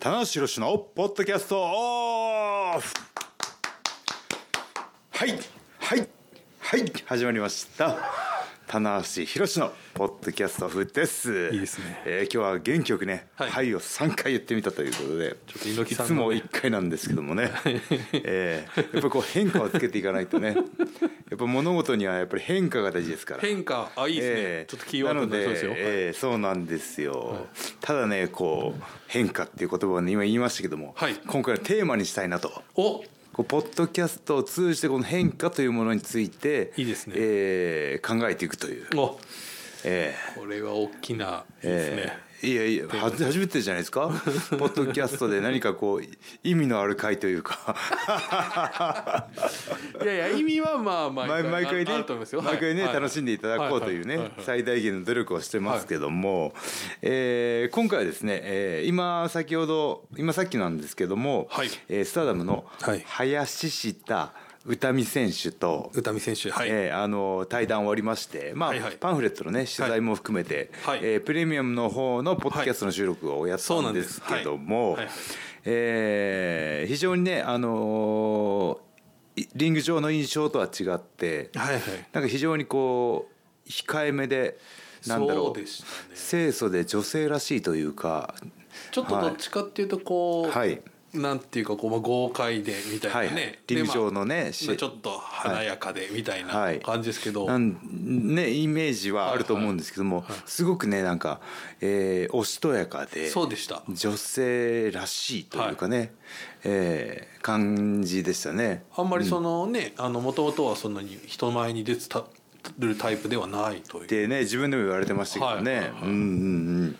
棚橋宏のポッドキャストオフはいはいはい始まりました棚橋宏のポッドキャストオフですいいですねえー今日は元気よくね「ははいい」を3回言ってみたということでちょっと猪木さんいのつも1回なんですけど もね、えーやっぱりこう変化をつけていかないとねやっぱ物事にはやっぱり変化が大事ですから変化あいいですね、ええちょっとキーワードになりそうですよなのでええそうなんですよ、ただねこう変化っていう言葉をね今言いましたけども、はい今回はテーマにしたいなとおこうポッドキャストを通じてこの変化というものについていいですねええ考えていくという、おええこれは大きないいですね、ええいやいやは初めてじゃないです かポッドキャストで何かこう意味のある回というかいやいや意味はまあ毎毎回毎回ねああると思いますよ毎回ねはい楽しんでいただこうというねははは最大限の努力をしてますけどもえー今回はですねえー今先ほど今さっきなんですけどもはいえースターダムのはい林下歌美選手と宇多美選手はい、えーあの対談終わりまして、まあはいはいパンフレットの、ね、取材も含めて、はいえープレミアムの方のポッドキャストの収録をやったそうなんんでですすけども、はいはいはいえー非常にね、あのーいリング上の印象とは違って、はいはいなんか非常にこう控えめでなんだろそううでしたね清楚で女性らしいというかちょっとどっちかっていうとこう、はいなんていうかこうまあ豪快でみたいなね、はいリング上のねでまあしまあちょっと華やかでみたいはない感じですけど、なんねイメージはあると思うんですけども、すごくねなんか、えーおしとやかでそうでした女性らしいというかね、えー感じでしたね。あんまりそのねもともとはそんなに人前に出てたるタイプではないというでね自分でも言われてましたけどはいはいねはうんうんうん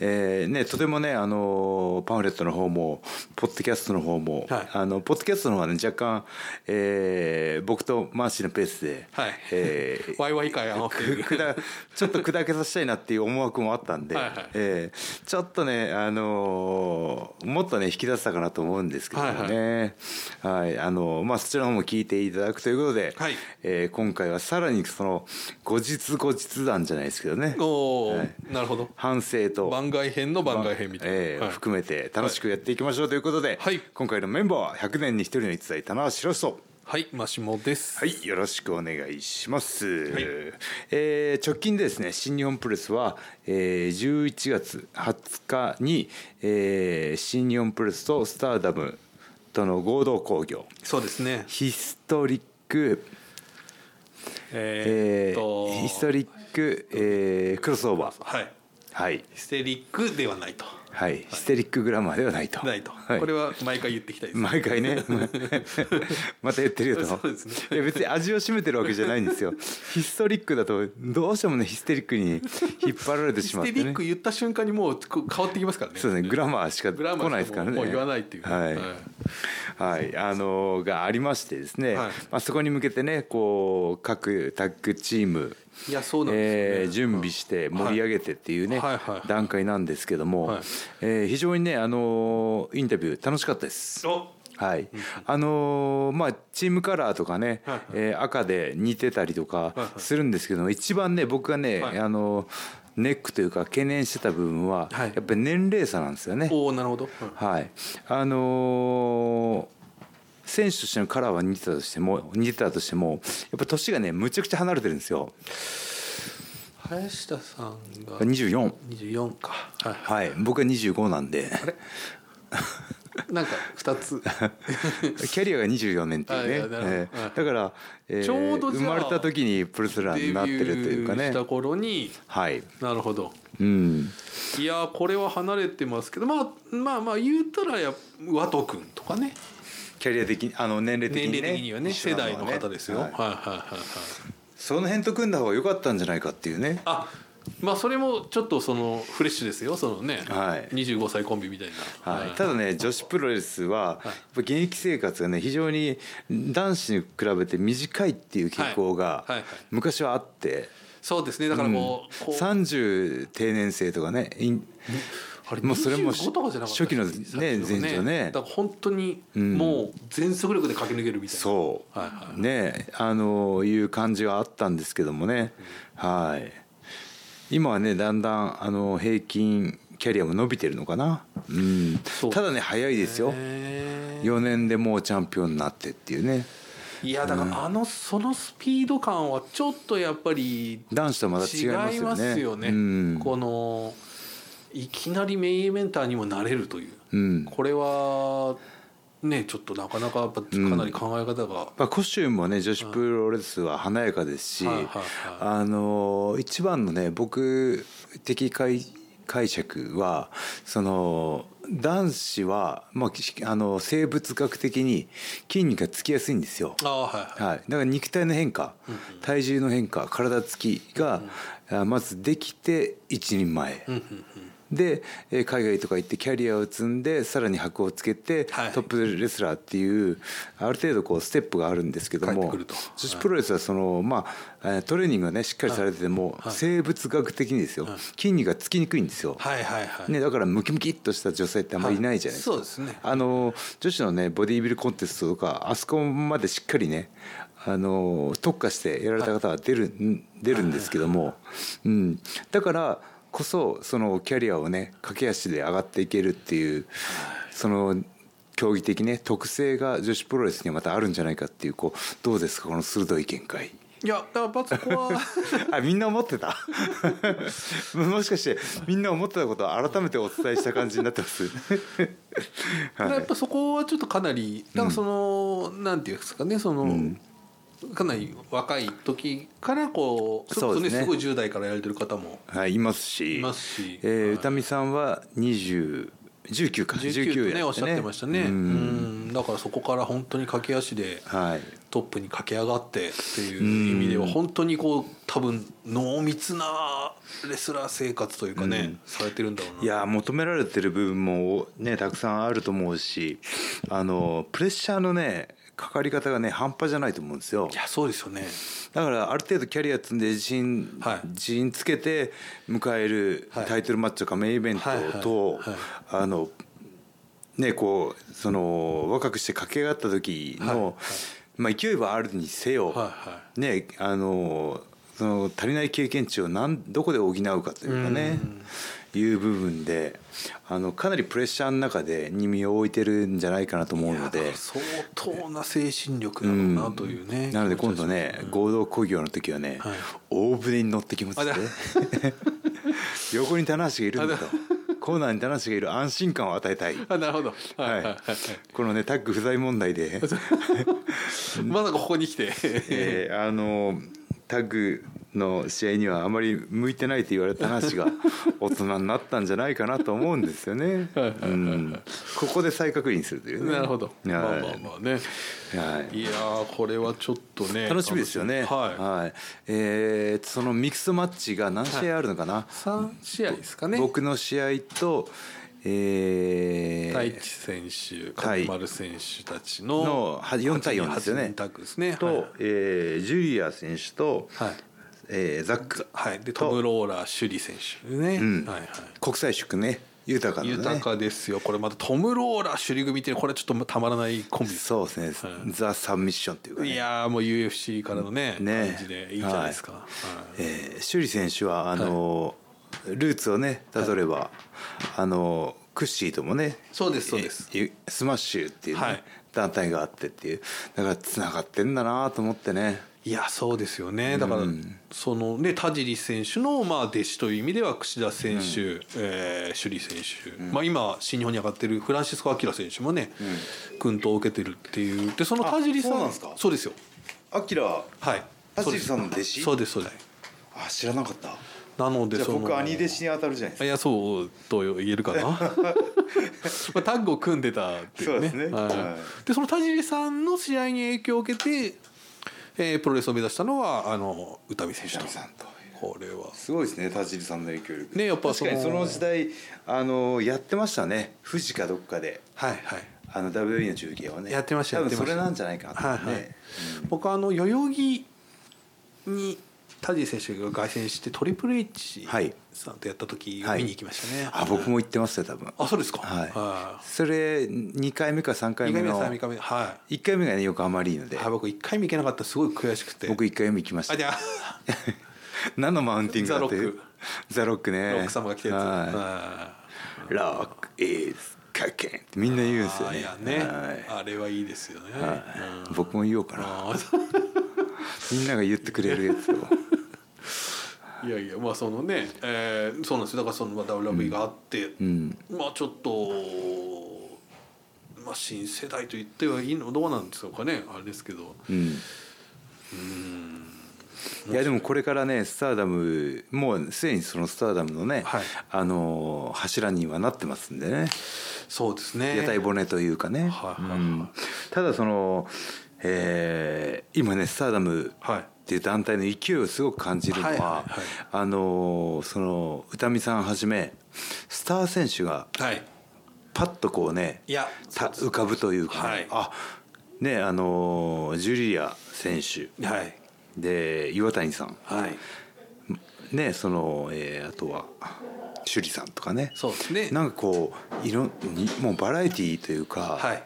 えーねとてもねあのーパンフレットの方もポッドキャストの方も、はいあのポッドキャストの方はね若干、えー僕とマーシーのペースで、はいえーワイワイ会あのくくだちょっと砕けさせたいなっていう思惑もあったんで、はいはいえーちょっとね、あのーもっとね引き出せたかなと思うんですけどもね、はいあのーまあ、そちらの方も聞いていただくということで、はいえー今回はさらにその後日後日談じゃないですけどねおーはいなるほど反省と番外編の番外編みたいな、えーはい含めて楽しくやっていきましょうということで、はい今回のメンバーは100年に一人の逸材棚橋宏人。はい、マシモです。はい、よろしくお願いします。いえー直近でですね、新日本プロレスは、えー11月20日に、えー新日本プロレスとスターダムとの合同興行、そうですね。ヒストリック、ええーっーと、ヒストリック、えークロスオーバー、はい、はい、ヒステリックではないと。はい、ヒステリックグラマーではないと、ないと、はいこれは毎回言っていきたいです。毎回 ねまた言ってるよとそうですねいや別に味を占めてるわけじゃないんです よヒストリックだとどうしてもねヒステリックに引っ張られてヒしスまっテてリッねク言った瞬間にもうこう変わってきますからね。そうですねグラマーしか来グラマーしかないですからねもうもう言わないっていうはいはいはいあのーがありましてですねはいまあそこに向けてねこう各タッグチームいや、そうなんですよ、ねえー準備して盛り上げてっていうねはいはいはい段階なんですけどもはいえー非常にねあのーインタビュー楽しかったです。おはい、あのーまあチームカラーとかね、はいはいえー赤で似てたりとかいはいするんですけども一番ね僕がね、はいあのーネックというか懸念してた部分は、はいやっぱり年齢差なんですよね。おーなるほど。はい、あのー選手としてのカラーは似てたとしても似てたとしてもやっぱ年がねむちゃくちゃ離れてるんですよ林田さんが24 24か。ははい僕は25なんでい、なんか2つ。 キャリアが24年っていうねあいやなるほどえーはいだから、えーちょうどじ生ゃまあれた時にプロレスラデービにュなってるというかーねした頃に、はいなるほど。うん、いやーこれは離れてますけど、まあ、まあまあ言うたらや和斗君とかねキャリア的にあの年齢的に年ね齢的にはね一緒世な代はのね方ですよ、ははいい、はいはいはいその辺と組んだ方が良かったんじゃないかっていうねあまあそれもちょっとそのフレッシュですよそのね、はい25歳コンビみたいな、はい、ただね女子プロレスはやっぱ現役生活がね非常に男子に比べて短いっていう傾向がはいはいはい昔はあって、そうですねだからもう,、こう30定年制とかねインあれもうそれも25とかじゃなかった初期のねさっき前兆ねだから本当にもう全速力で駆け抜けるみたいな、そう、はいはいねあのいう感じがあったんですけどもね、はい今はねだんだんあの平均キャリアも伸びてるのかな、うんそう、ただね早いですよへー4年でもうチャンピオンになってっていうねいやだからあのそのスピード感はちょっとやっぱり男子とはまた違いますよね違いますよね、うんこのいきなりメインイベンターにもなれるという、うんこれはねちょっとなかなかやっぱかなり考え方が、まあ、コスチュームもね女子プロレスは華やかですし、はいはいはいあのー一番のね僕的解解釈はその男子は、まあき、あの生物学的に筋肉がつきやすいんですよ。ああはいはいはい、だから肉体の変化、体重の変化体つきが、あまずできて一人前、うんうんでえー海外とか行ってキャリアを積んでさらに箔をつけて、はいトップレスラーっていうある程度こうステップがあるんですけど帰ってもくると女子プロレスはその、まあえートレーニングがねしっかりされてても、はい生物学的にですよ、筋肉がつきにくいんですよ。はいはいはい、ね、だからムキムキっとした女性ってあんまりいないじゃないですか、はいそうですねあの女子のねボディービルコンテストとかあそこまでしっかりねあの特化してやられた方は出る,、出るんですけども、うん、だからこそそのキャリアをね駆け足で上がっていけるっていうその競技的ね特性が女子プロレスにはまたあるんじゃないかっていうこうどうですかこの鋭い見解。いやだからそこ はあみんな思ってた もしかしてみんな思ってたことを改めてお伝えした感じになってます はいやっぱそこはちょっとかなりだからその、なんていうんですかねその、かなり若い時からこうそれこそそうねですすねごい10代からやられてる方もはい、いますしいますしえー歌見さんは20 19か19 19とねおっしゃってましたね、ううんん、だからそこから本当に駆け足ではいトップに駆け上がってっていう意味では本当にこう多分濃密なレスラー生活というかね、されてるんだろうないやー求められてる部分もねたくさんあると思うしあのプレッシャーのねかかり方がね半端じゃないと思うんですよいやそうですよねだからある程度キャリア積んで自信、はい自信つけて迎えるはいタイトルマッチとかメインイベントはいはいと、はいあのねこうその若くして駆け上がった時の、はいはいまあ、勢いはあるにせよ、はいはいねあのその足りない経験値をなんどこで補うかというかねいう部分であのかなりプレッシャーの中でに身を置いてるんじゃないかなと思うので。相当な精神力だろうなというね、なので今度ね合同工業の時はね、はい大船に乗ってきますねあ 横に棚橋がいるんだと コーナーに棚橋がいる安心感を与えたい、あなるほど、はいはいははいい、このねタッグ不在問題 で、まさかここに来てえーあのタッグの試合にはあまり向いてないと言われた棚 橋が大人になったんじゃないかなと思うんですよね、うん、ここで再確認するというねなるほど、はい、まあまあまあねはいいやーこれはちょっとね楽しみですよね。はえーそのミックスマッチが何試合あるのかな。い、三試合ですかね僕の試合と、えー太一選手はい金丸選手たちののは4対4ですよね8人タッグですねと、えージュリア選手と、はい、えーザック、はいはい、でとトム・ローラー朱里選手ね、んはいはい国際宿ね豊かなね。豊かですよこれまたトム・ローラー朱里組っていうのはこれちょっとたまらないコンビですそうですね。はいザサブミッションっていうかね。いやーもう UFC からのねね感じでいいじゃないですか、はいえー、シュリ選手はあの、ルーツをねたどれば、あのクッシーともねそうですそうですえスマッシュっていう、ねはい団体があってっていうだからつながってんだなと思ってねいやそうですよねだから、そのね田尻選手のまあ弟子という意味では櫛田選手、えー朱里選手、まあ、今新日本に上がってるフランシスコ・アキラ選手もね、薫陶を受けてるっていうでその田尻さんあそうなんですかそうですよアキラはい田尻さんの弟子そうですそうですあ知らなかったなのでその子に当たるじゃないでいやそうと言える かな、まあ、タッグを組んでたっていうねそうですねはいはでその田尻さんの試合に影響を受けて、えープロレスを目指したのはあの宇多美選手と宇多美さんとこれはすごいですね田尻さんの影響力ねやっぱそ確のかにその時代あのやってましたね富士かどっかではいはいあの WWE の中継をねやってましたや多って分ましそたれなんじゃないかなと思ってね、はいはい僕はあの代々木に田尻選手が凱旋してトリプル H はいさんとやった時はい見に行きましたね、あ僕も行ってますよ多分あそうですかは、はいそれ2回目か3い回2目回目の3回目は1回目がね横浜アリーナいではい僕1回目行けなかったすごい悔しくて僕1回目行きましあたじゃあ何のマウンティングだっていうザ・ロックねロック様が来たやつ、はは「いロック・イズ・かけん」ってみんな言うんですよあねいやね、はいあれはいいですよね、はい僕も言おうかなあみんなが言ってくれるやつをーいやいやまあそのね、えーそうなんですよだからそのまあ WLB があって、うんまあちょっと、まあ、新世代と言ってはいいのどうなんでしょうかねあれですけどうんいやでもこれからねスターダムもうすでにそのスターダムのね、はいあのー柱にはなってますんでねそうですね屋台骨というかね、はいはいはいうんただその、えー今ねスターダムはいっていう団体の勢いをすごく感じるのは、はいはいはいあのーその歌見さんはじめスター選手がはいパッとこうねいやた浮かぶというかね、はいあねあのージュリア選手はいで岩谷さんはいねその、えーあとは趣里さんとかねそうですねなんかこういろんにもうバラエティーというか、はい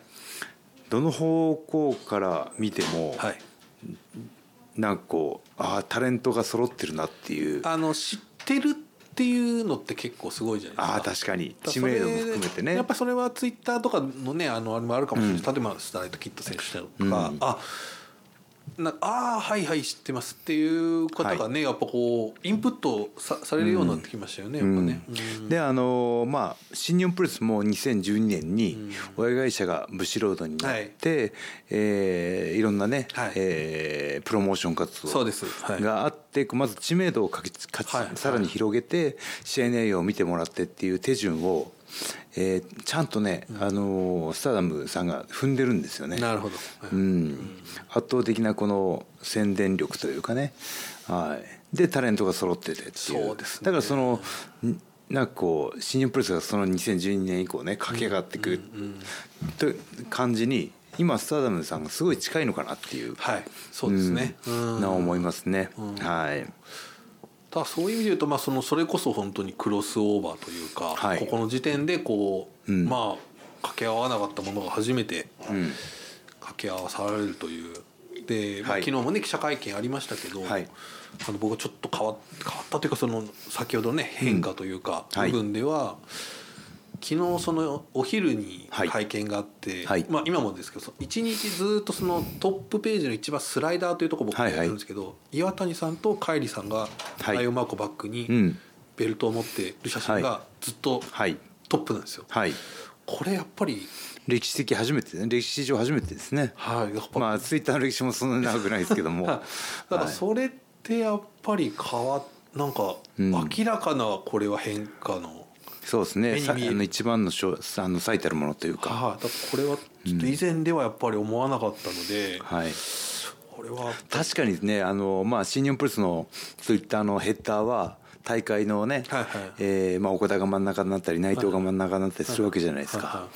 どの方向から見ても、はいなんかこうああタレントが揃ってるなっていうああの知ってるっていうのって結構すごいじゃないですかあー確かにだ知からそれ名度も含めてねやっぱそれはツイッターとかのねあのあれもあるかもしれないです、例えばスターライトキッド選手とか、うんあなあーはいはい知ってますっていう方がね、やっぱこうインプットさされるようになってきましたよね、やっぱね、うんであのーまあ新日本プロレスも2012年に親会社がブシロードになって、いえーいろんなね、はいえープロモーション活そう動ですはいがあって、まず知名度をかけかちはいはいさらに広げて試合内容を見てもらってっていう手順を、えーちゃんとね、あのースターダムさんが踏んでるんですよね。なるほど、うん、圧倒的なこの宣伝力というかね、はい、でタレントが揃っててっていうそうですねだからそのんなんかこう新日本プロレスがその2012年以降ね駆け上がってくる、という感じに今スターダムさんがすごい近いのかなっていう、はいそうですね、うんうんな思いますね、はいただそういう意味で言うと、まあ、そのそれこそ本当にクロスオーバーというか、はいここの時点でこう、うんまあ掛け合わなかったものが初めてうん掛け合わされるというで、まあはい昨日もね記者会見ありましたけど、はいあの僕はちょっと変わっ変わったというかその先ほどね変化というか、うんはい部分では、昨日そのお昼にはい会見があって、はいまあ、今もですけどその一日ずっとそのトップページの一番スライダーというところ僕はやいっはいてるんですけど、岩谷さんと海里さんがはいライオンマークをバックに、うんベルトを持ってる写真がずっとはいトップなんですよ。はいこれやっぱり、歴史的初めてね歴史上初めてですねはい、やっぱ、まあツイッターの歴史もそんなに長くないですけども だからはいそれってやっぱり変わっなんかうん明らかなこれは変化の、そうですね。目にさあ見えるの一番のしょあの最たるものというか、はいだからこれはちょっと以前ではやっぱり思わなかったので、はい。これは確かにね、あのまあ新日本プロレスのツイッターのヘッダーは大会のね、はいはいえーまあ岡田が真ん中になったり内藤が真ん中になったりするわけじゃないですはいかは。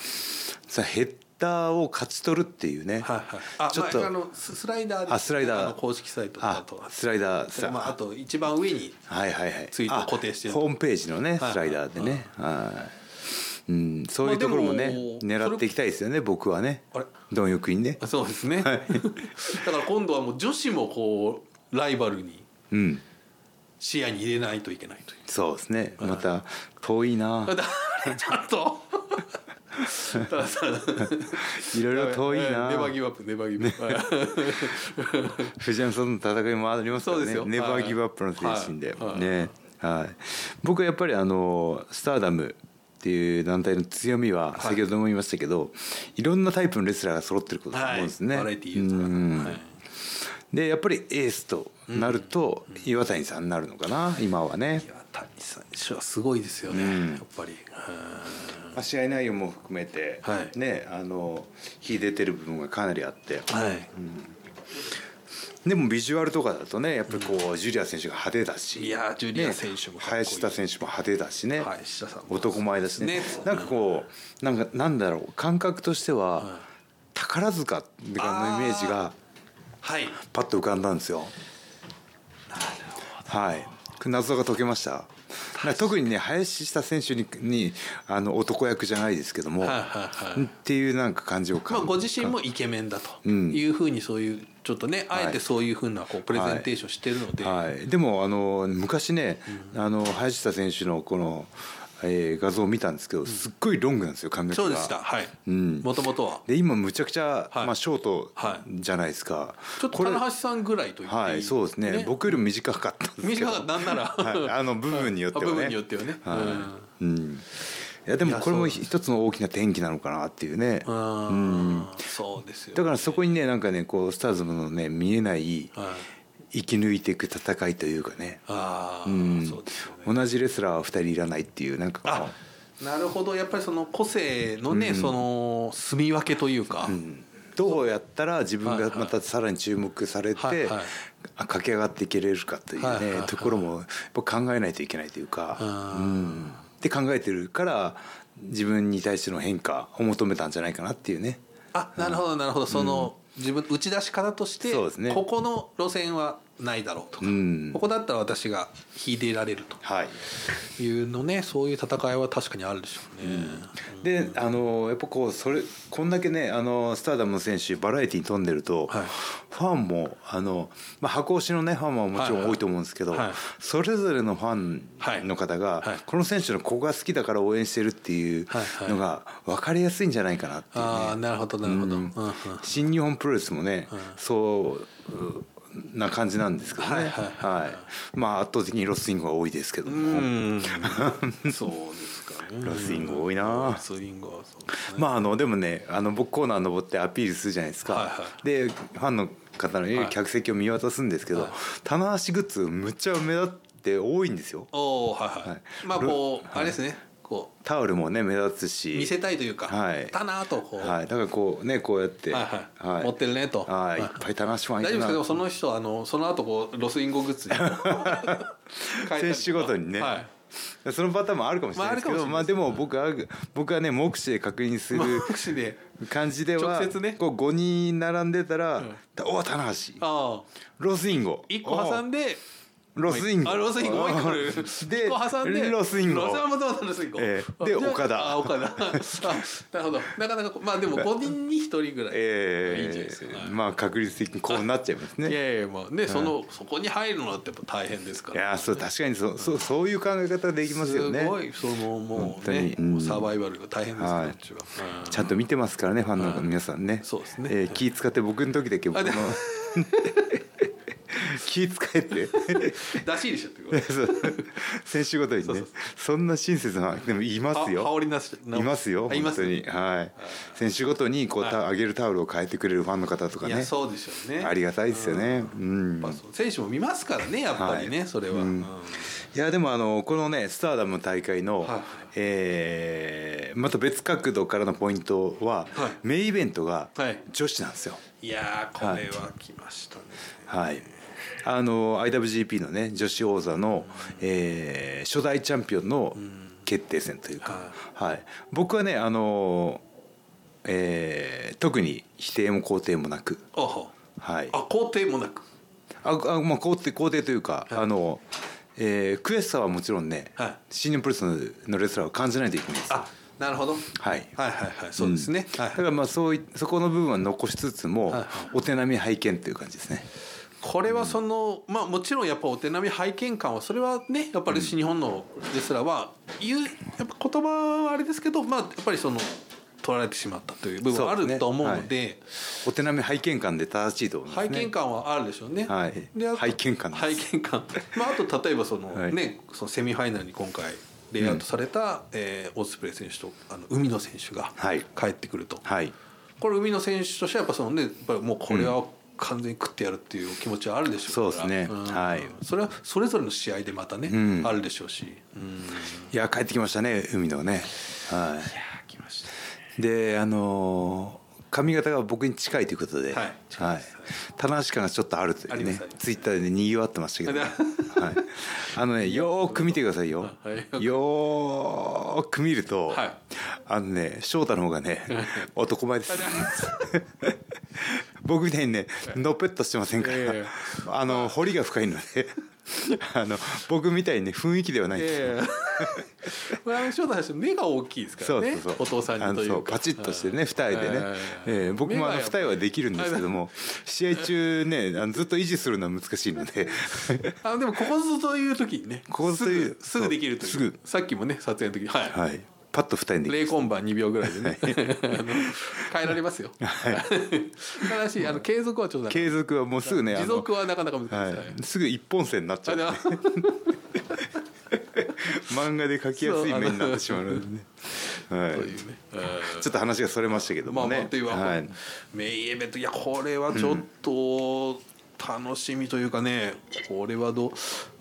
さあヘッダーを勝ち取るっていうね。はいはい、あちょっとまあ、あのススライダーであスライダーあの公式サイトとかあと、スライダースライまあ、あと一番上にはいはいはい。ツイートあ固定してるホームページのねはいスライダーでね。はい。うん、そういうところもまあねでも狙っていきたいですよね。僕はねあれ。貪欲にねあ。そうですね、いだから今度はもう女子もこうライバルにうん。視野に入れないといけないという。 そうですね。また遠いな。 だからちょっと。たださいろいろ遠いなネ。バーギブアップネバーギブアップ藤山さんの戦いもありますからそうですねよ。ネバーギブアップの精神で、はいはいね。はい。僕はやっぱりあのスターダムっていう団体の強みは先ほども言いましたけど、い、ろんなタイプのレスラーが揃ってることだと は思いうんですね。バラエティーとかうんはいでやっぱりエースとなると岩谷さんになるのかな今はね。岩谷選手はすごいですよね、うんやっぱりまあ試合内容も含めて、はいねあの秀でてる部分がかなりあって。うんはい、でもビジュアルとかだとねやっぱりこう、ジュリア選手が派手だしいやージュリア選手もかっこいいね、林田選手も派手だしね、はい林田さんも男前だしねねなんかこうなんかなんだろう感覚としては、い宝塚ってかのイメージがはい、パッと浮かんだんですよ。はい謎が解けましたな特にね林下選手ににあの男役じゃないですけども、はいはいはいっていうなんか感じをまあ、感ご自身もイケメンだとんいうふうにそういうちょっとねあえはていそういうふうなこうプレゼンテーションしてるので、はい、でもあの昔ね、あの林下選手のこのえー画像を見たんですけどすっごいロングなんですよ感覚がそうでしたはいうんもともとはで今むちゃくちゃ、はいまあ、ショートはいじゃないですか、ちょっとこれ棚橋さんぐらいと言っていいはいそうですね僕よりも短かったんですけど短かったなんなら、はいあの部分によってはねあ部分によってはね、はいうんうん、いやでいもやこれもそう一つの大きな転機なのかなっていうねあーうんそうですよだからそこにねなんかねこうスターズムのね見えないはい、生き抜いていく戦いというかねああ、うんそうですよね同じレスラーは2人いらないっていうなんかこあなるほどやっぱりその個性のね、その住み分けというか、ううんどうやったら自分はいがはいまたさらに注目されてはいはいあ駆け上がっていけれるかというはいはいねはいところもやっぱ考えないといけないというかううんんって考えてるから自分に対しての変化を求めたんじゃないかなっていうね。あなるほどなるほどその、自分打ち出し方として、そうですねここの路線はないだろうとか、うんここだったら私が引いていられるはいというのねそういう戦いは確かにあるでしょうね、であのやっぱこうそれこんだけねあのスターダムの選手バラエティに富んでると、はいファンもあの、まあ、箱推しのねファンはもちろはいんはい多いと思うんですけど、はいそれぞれのファンの方が、はいはいこの選手のここが好きだから応援してるっていうはいはいのが分かりやすいんじゃないかなっていうね。ああなるほどなるほど、ううんんうん新日本プロレスもね、そううな感じなんですけどね、ははいいはいまあ圧倒的にロスイングが多いですけども、 うんそうですかね。ロスイング多いなロスイングはそうですね。まああのでもねあの僕コーナー登ってアピールするじゃないですか、はいはでファンの方のはい客席を見渡すんですけど、はい棚橋グッズむっちゃ目立って多いんですよおおはいはい。はいまあこう、あれですね。こタオルもね目立つうし見せたいというか、はいだなとこう、はい、だからこうねこうやって、はいはい持ってるねとはい、いっぱい棚橋ファン大いる丈夫ですなけどその人はあのその後こうロスインゴグッ ズに変えたりとか選手ごとにねはい、そのパターンもあるかもしれないですけど、まあまああ、るかもしでも僕は僕はね目視で確認する目視で感じでは直接ねこう5人並んでたらん「おお棚橋ああロスインゴ」一個挟んでロスインゴ。あロスインゴもう一個来るで、一個挟んでロスインゴロ。スはもともとロスインゴ、ええでじゃあ岡田あ岡田 あなるほどなかなかこうまあでも5人に1人ぐらい、えいいんじゃないえですか、はいまあ確率的にこうなっちゃいますね。いいやいやまあねそのそこに入るのはやっぱ大変ですから。や、そう、確かにそう、そう、そういう考え方できますよねす。ごいそのも本う当ねに、うんもうサバイバルが大変ですから、はいうちはうんちゃんと見てますからね、ファンの皆さんね。そうですねええ気使って、僕の時だけ、僕の。 気使えて。 出し入れしちゃってくださいそう選手ごとにね。そんな親切な、でも いますは羽よ。織りなしいますよ。あいま本す当に、はい。選手ごとに、こう、た、あげるタオルを変えてくれるファンの方とかいやね。そうでしょうねありがたいですよね。うんやっぱそう選手も見ますからねやっぱりね、はいそれは、うんいやでもあのこのねスターダム大会の、はいえーまた別角度からのポイントは、はいメインイベントがはい女子なんですよ。いやーこれは来ましたね、はいあの IWGP のね女子王座の、えー初代チャンピオンの決定戦というか、はい、僕はねあの、えー特に否定も肯定もなく、あははい、あ肯定もなくああまあ肯定肯定というか、あの、えー、悔しさはもちろんね、はい新日本プロレスのレスラーを感じないといけないですよあなるほど、はいはいはいはいそうですね、うんはいだからまあそういそこの部分は残しつつも、はいお手並み拝見という感じですねこれはその、まあもちろんやっぱお手並み拝見感はそれはねやっぱり西日本のレスラーは言うやっぱ言葉はあれですけどまあやっぱりその取られてしまったという部分はあそうでするねと思うのでお手並み拝見感で正しいと思います拝ね見感はあるでしょうね。はいであと拝見感です拝見感。まああと例えばその、はいねそのセミファイナルに今回レイアウトされた、えーオスプレイ選手とあの海野選手がはい帰ってくると、はいこれ海野選手としてはやっぱそのねやっぱりもうこれは完全に食ってやるっていうお気持ちはあるでしょうから、そうですねんはいそれはそれぞれの試合でまたね、んあるでしょうし、 うん、いや帰ってきましたね海のねは来ましたいであのー髪型が僕に近いということで、はいはい、棚橋感がちょっとあるといありうまねすありますツイッターでにぎわってましたけど、ね はい、あのねよーく見てくださいよ、はいよーく見ると、はいあのね翔太の方が ね男前です 僕みたいにねのぺっとしてませんから、いやいやあの彫りが深いので あの僕みたいに雰囲気ではないんですよ、ええ これあの翔太さん目が大きいですからねお父さんあにのといそううかパチッとしてね、はい二重でね、はいええ僕もあの二重はできるんですけども試合中ねあのずっと維持するのは難しいの であのでもここぞという時にねここぞというすぐすぐできるとそいうすうぐさっきもね撮影の時にはい、はいパッと二重にでき0コンバ2秒ぐらいでね あの変えられますよ、 ただしあの継続はちょうど継続はもうすぐね持あの続はなかなか難しい、ははいい、すぐ一本線になっちゃあうでも漫画で描きやすい目になってしまうのでね、はいというね、えーちょっと話がそれましたけどまあもね、まあというわけで、はい、メインイベントいやこれはちょっと楽しみというかね、これはどう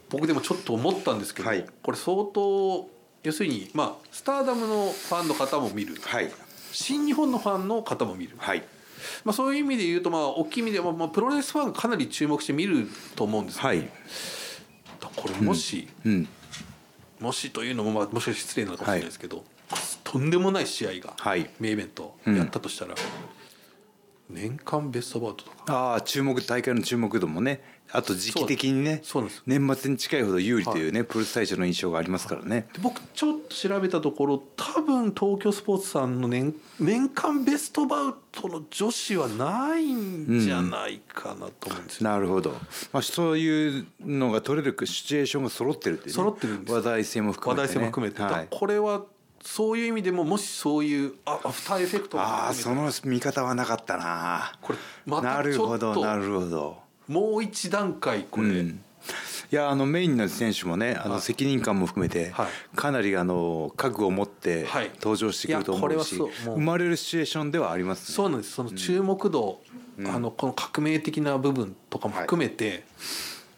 僕でもちょっと思ったんですけど、はいこれ相当要するにまあスターダムのファンの方も見る、はい新日本のファンの方も見る、はいまあ、そういう意味で言うとまあ大きい意味では、まあ、プロレスファンかなり注目して見ると思うんですけど、はいこれもし、うんもしというのも、まあ、もしかして失礼なのかもしれないですけど、とんでもない試合が、はい名イベントやったとしたら、年間ベストバウトとかああ注目大会の注目度もねあと時期的にねそうなんです年末に近いほど有利というね、プロレス大賞の印象がありますからねで僕ちょっと調べたところ多分東京スポーツさんの年年間ベストバウトの女子はないんじゃないかなと思うんですよ、なるほど、まあ、そういうのが取れるシチュエーションが揃ってるっていう、ね、揃ってるんですよ話題性も含め話て、ね、題性も含めて、だかはらい、これはそういう意味でももしそういうあアフターエフェクトもああ含そめての見方はなかったなこれまなたるちょほっとどなるほどもう一段階これ、うんいやあのメインの選手もねあの責任感も含めて、はいかなりあの覚悟を持ってはい登場してくると思いやうこし、れはそうもう生まれるシチュエーションではありますねそうなんですその注目度、あのこの革命的な部分とかも含めて、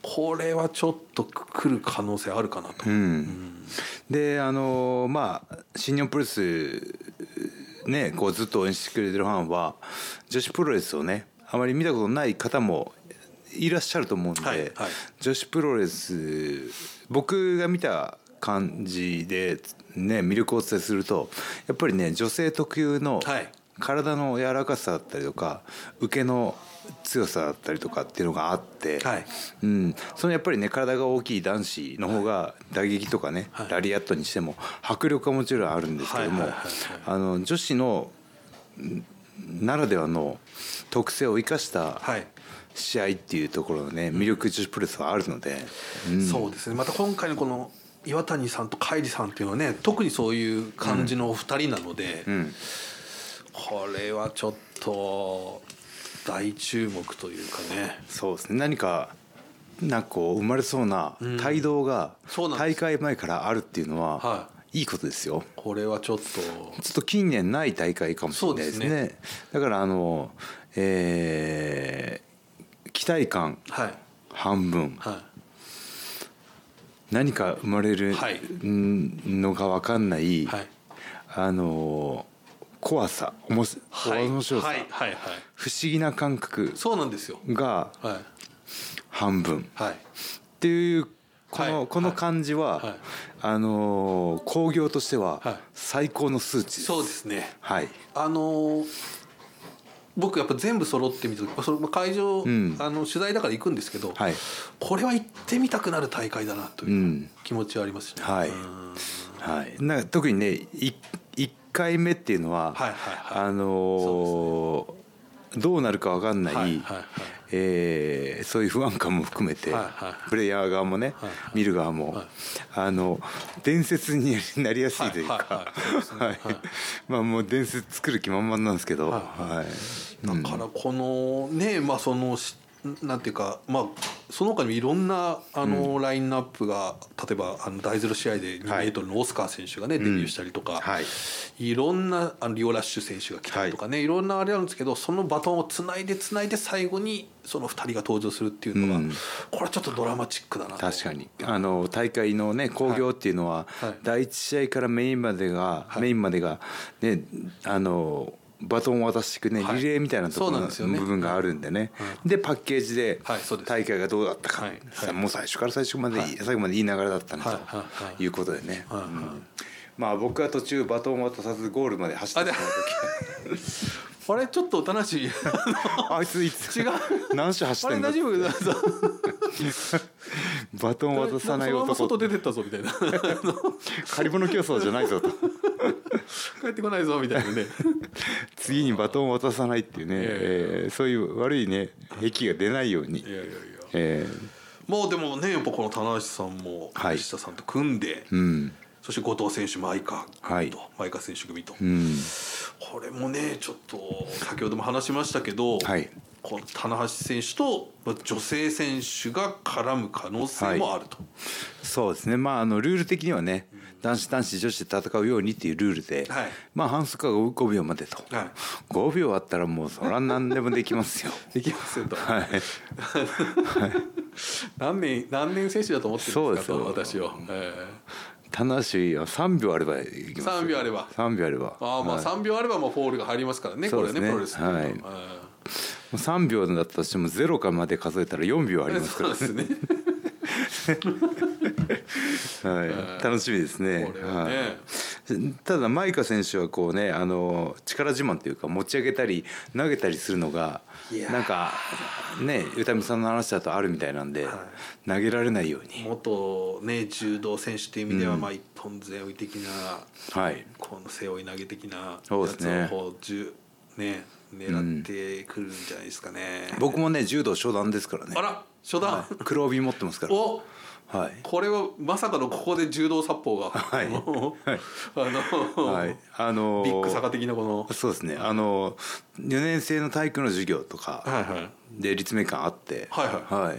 これはちょっと来る可能性あるかなうと、んであのまあ新日本プロレスねこうずっと応援してくれてるファンは女子プロレスをねあまり見たことない方もいらっしゃると思うんで、はいはい女子プロレス僕が見た感じで、ね、魅力をお伝えするとやっぱりね女性特有のはい体の柔らかさだったりとか受けの強さだったりとかっていうのがあって、はいうん、そのやっぱりね体が大きい男子の方が打撃とかね、はいラリアットにしても迫力はもちろんあるんですけどもはいはいはいはいあの女子のんならではの特性を生かしたはい試合っていうところのね魅力女子プロレスはあるので、そうですねまた今回のこの岩谷さんと海里さんっていうのはね特にそういう感じのお二人なので、うん、これはちょっと大注目というかねそうですね何かなんかこう生まれそうな帯同がそうなんで大す会前からあるっていうのは、、はいいことですよ。これはちょっとちょっと近年ない大会かもしれないですね。そうでだからあの、えー期待感はい半分は何か生まれるはいんのが分かんない、いはいあの怖さおもしはい面白さ、はいはいはい不思議な感覚そうなんですよがはい半分っはいていうこの,、はいこの感じは、はいあの興行としてははい最高の数値です。そうですねはいあのー僕やっぱ全部揃ってみた時その会場、んあの取材だから行くんですけど、はいこれは行ってみたくなる大会だなとういうん気持ちはありますしね、はいうんはい、なんか特にねい1回目っていうのは、はいはいあのーどうなるか分かんない、はいはいはいえーそういう不安感も含めて、はいはいプレイヤー側もね、はいはい見る側も、はいあの伝説になりやすいというかはいはいはいそうですねははいいまあもう伝説作る気満々なんですけど、ははいだからこのねまあそのしなんていうかまあその他にもいろんなあのラインナップが、例えばあの大ゼロ試合で2メートルのオスカー選手がね、デビューしたりとか、はいいろんなあのリオラッシュ選手が来たりとかね、い、ろんなあれあるんですけどそのバトンをつないでつないで最後にその2人が登場するっていうのが、うんこれはちょっとドラマチックだなと確かにあの大会のね興行っていうのは、はいはい第一試合からメインまでが、はいメインまでがねあのバトンを渡していくね、はいリレーみたいなとこそうろなんのですよね部分があるんでね、でパッケージではいそうです大会がどうだったか、はいはいもう最初から最初までいい、はい最後までいい流れだったなと、はいいはいはいうことでね、はいはいうんまあ僕は途中バトンを渡さずゴールまで走ってあでた時あれちょっとたなしいあいついつ違う何周走あっ てれんだ大丈夫だバトンを渡さないんかそのまま男外出てったぞみたいな あの借り物競争じゃないぞと帰ってこないぞみたいな ね次にバトンを渡さないっていうね、いやいやいやえーそういう悪いね癖が出ないようにい、やいやいやえまあでもねやっぱこの棚橋さんもはい藤下さんと組んで、ーうんそして後藤選手舞香はいと舞香選手組と、うんこれもねちょっと先ほども話しましたけど、はいこの棚橋選手とまあ女性選手が絡む可能性もあると、そうですね、まあ、あのルール的にはね、男子、男子、女子で戦うようにっていうルールで、はいまあ、反則は5秒までと、はい5秒あったらもう、そら何でもできますよ。 できますよと、はい、何年何年選手だと思ってるんですかそうとです私を、え棚橋は3秒あればいきますよ3秒あれば3秒あればーああまあ3秒あればもうフォールが入りますからね、そこうれですねねプロレスってうのははいえー3秒だったとしても0からまで数えたら4秒ありますかそうですね。ら、はい、楽しみですねこれはねはい、ただマイカ選手はこうねあの力自慢というか持ち上げたり投げたりするのがいやーなんかね宇多美さんの話だとあるみたいなんで、投げられないように元ね柔道選手という意味では、まあ一本背負い的なはいこの背負い投げ的なやつそうですねをこうじゅね狙ってくるんじゃないですかね。僕もね柔道初段ですからねあら初段、はい黒帯持ってますからおはいこれはまさかのここで柔道殺法が、 はいはいあの、はいあのービッグ坂的なこのそうですねあの4年生の体育の授業とか、はいはいで立命館あって、はいは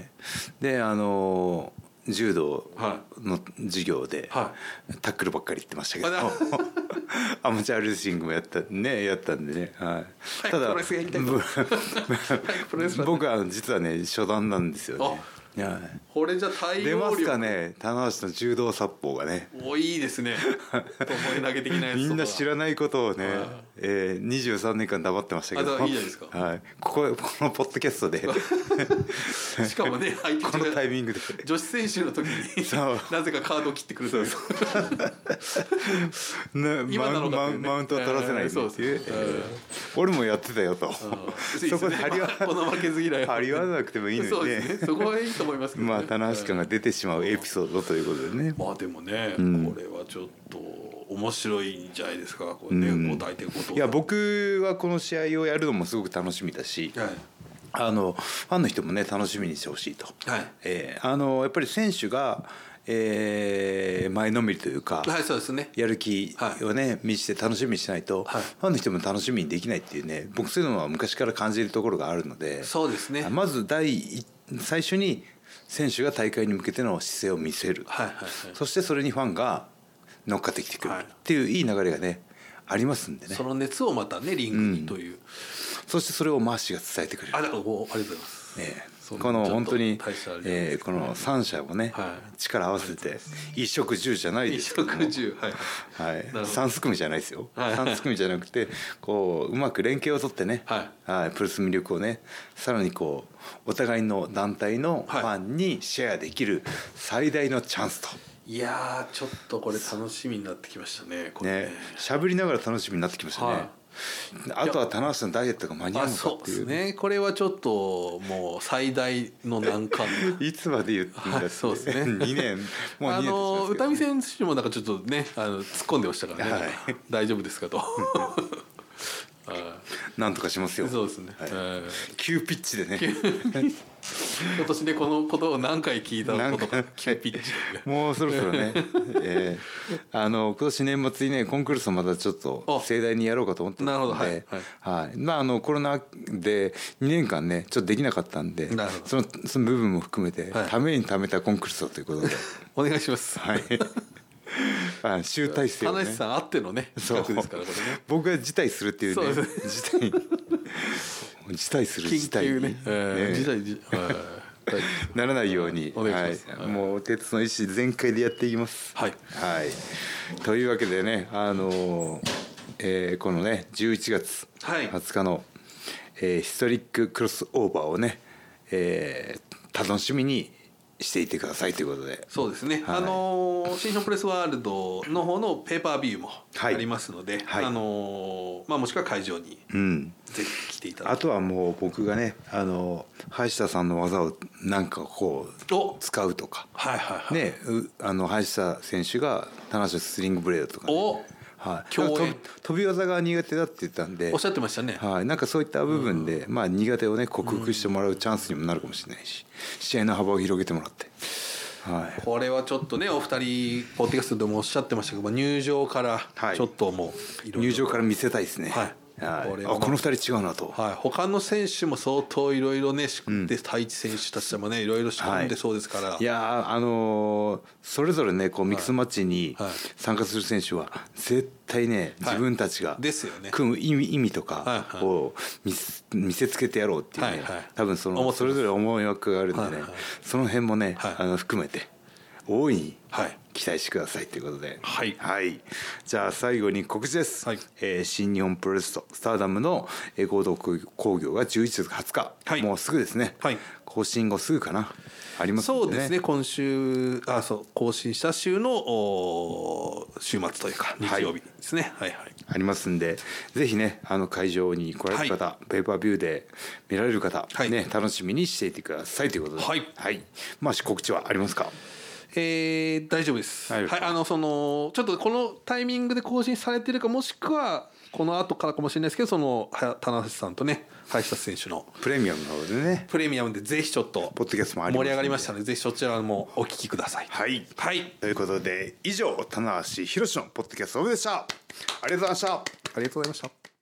であのー柔道はの授業で、はタックルばっかり言ってましたけどあな アマチュアレスリングもやったねやったんでね、はい、早くただプロレスやりたいとぶプロレスラー僕は実はね初段なんですよね。はこれじゃ対い応出ま力すかね棚橋の柔道殺法がねおいいで すねともえ投げ的なやつとかみんな知らないことをねはい、えー、23年間黙ってましたけあどだいいじゃないですかはい、こここのポッドキャストでしかもね相手このタイミングで女子選手の時にそう なぜかカードを切ってくるというね、今マなのウンかマっウていンうねマウントは取らせないそうっですていう、俺もやってたよと、うん そこでいいすね張 り合この負けず嫌いは張り合わなくてもいいそのうにですねねそこはいいと思いますけどねまあ棚橋君が出てしまうエピソードということでね、まあでもね、んこれはちょっと面白いんじゃないですかこれね、うんご対手ごといや僕はこの試合をやるのもすごく楽しみだし、はいあのファンの人もね楽しみにしてほしいと、はいえーあのやっぱり選手が、えー前のめりというか、はいそうですねやる気をね、見して楽しみにしないと、はいファンの人も楽しみにできないっていうね僕そういうのは昔から感じるところがあるのでそうですねまず第一最初に選手が大会に向けての姿勢を見せる、はいはいはいそしてそれにファンが乗っかってきてくるはいっていういい流れがねありますんでねその熱をまたねリングにという、そしてそれをマーシーが伝えてくれるあ。だからこうありがとうございます、えそえんなこのちょっと本当に大したあれ、じゃないええこの3社もね、は力合わせて一色十じゃないですけども1十はいはいほ、ど三すくみじゃないですよ、はい三すくみじゃなくてこううまく連携を取ってね、はプロレスの魅力をねさらにこうお互いの団体のフはいァンにシェアできる最大のチャンスと、いやーちょっとこれ楽しみになってきましたねこれねねしゃべりながら楽しみになってきましたね、はあとは棚橋さんのダイエットが間に合うあのかそっうてでいすうねこれはちょっともう最大の難関いつまで言ってんだって、はいそうですね2年もう2あ年経ちまのすけどね宇多美選手もなんかちょっとねあの突っ込んでましたからね、はい大丈夫ですか とはなんとかしますいよそうですね、はいはい急ピッチでね今年ねこのことを何回聞いたなんことかか急ピッチもうそろそろね、 えーあの今年年末にねコンクールスをまたちょっとあ盛大にやろうかと思ってますのでなるほはいまああのコロナで2年間ねちょっとできなかったんでなるほどそのその部分も含めて、はいためにためたコンクールスをということで、 お願いします はい、あ集大成田をね無さんあってのねそう企画ですからこれね僕が辞退するっていうねそう辞退辞退 する辞 緊退急にねえーね事態じはい大丈夫ですならないように、お願いしますはい、もう鉄の意思全開でやっていきます。はいはい。というわけでね、あのーえーこのね、11月はい20日の、えーヒストリッククロスオーバーをね、えー楽しみにしていてくださいということで、そうですね、はいあのー新日本プロレスワールドの方のペーパービューもあはいりますので、はいあのーまあ、もしくは会場にうん。ぜひ来ていただあきとはもう僕がね、あのー林田さんの技をなんかこうお使うとか、はいはいはい、ね、うあの林下選手が棚橋スリングブレードとか、ねおはい、競泳なんか飛飛び技が苦手だって言ったんでおっしゃってましたね、はい、なんかそういった部分で、まあ、苦手をね克服してもらうチャンスにもなるかもしれないし試合の幅を広げてもらって、はい、これはちょっとねお二人ポッドキャストでもおっしゃってましたけどまあ入場からはいちょっともういろいろ入場から見せたいですね、はいこはい、れあはこの2人違うなと、はい、他の選手も相当いろいろね、しで太一選手たちもね、いろいろ仕込んでそうですから、いやーあのーそれぞれねこうミックスマッチにはい参加する選手は絶対ねは自い分たちがですよね組む意味意味とかはいはいを見せ見せつけてやろうっていうねはいはい多分そ思のってそまれすぞれ思い枠があるんでねはいはいその辺もねはいあの含めて大いにはい期待してくださいということではいはい、じゃあ最後に告知です、はいえー新日本プロレスとスターダムのえー合同興行が11月20日、はいもうすぐですね、はい更新後すぐかなありますんそうですね、今週、あ、そう、更新した週のおー週末というか、はい日曜日ですね。はい、はい、ありますんでぜひねあの会場に来られる方、ペーパービューで見られる方、はいね、楽しみにしていてくださいということで、はいまあ告知はありますかえー大丈夫です。は大い、丈夫ですあの、その、ちょっとこのタイミングで更新されてるか、もしくは。この後からかもしれないですけど、その、は田中さんとね、林田選手の。プレミアムなのでねプレミアムでぜひちょっとポッドキャストもありますんで盛り上がりましたのでぜひそちらもお聞きください。はいはいということで以上棚橋宏のポッドキャストオブでしたありがとうございましたありがとうございました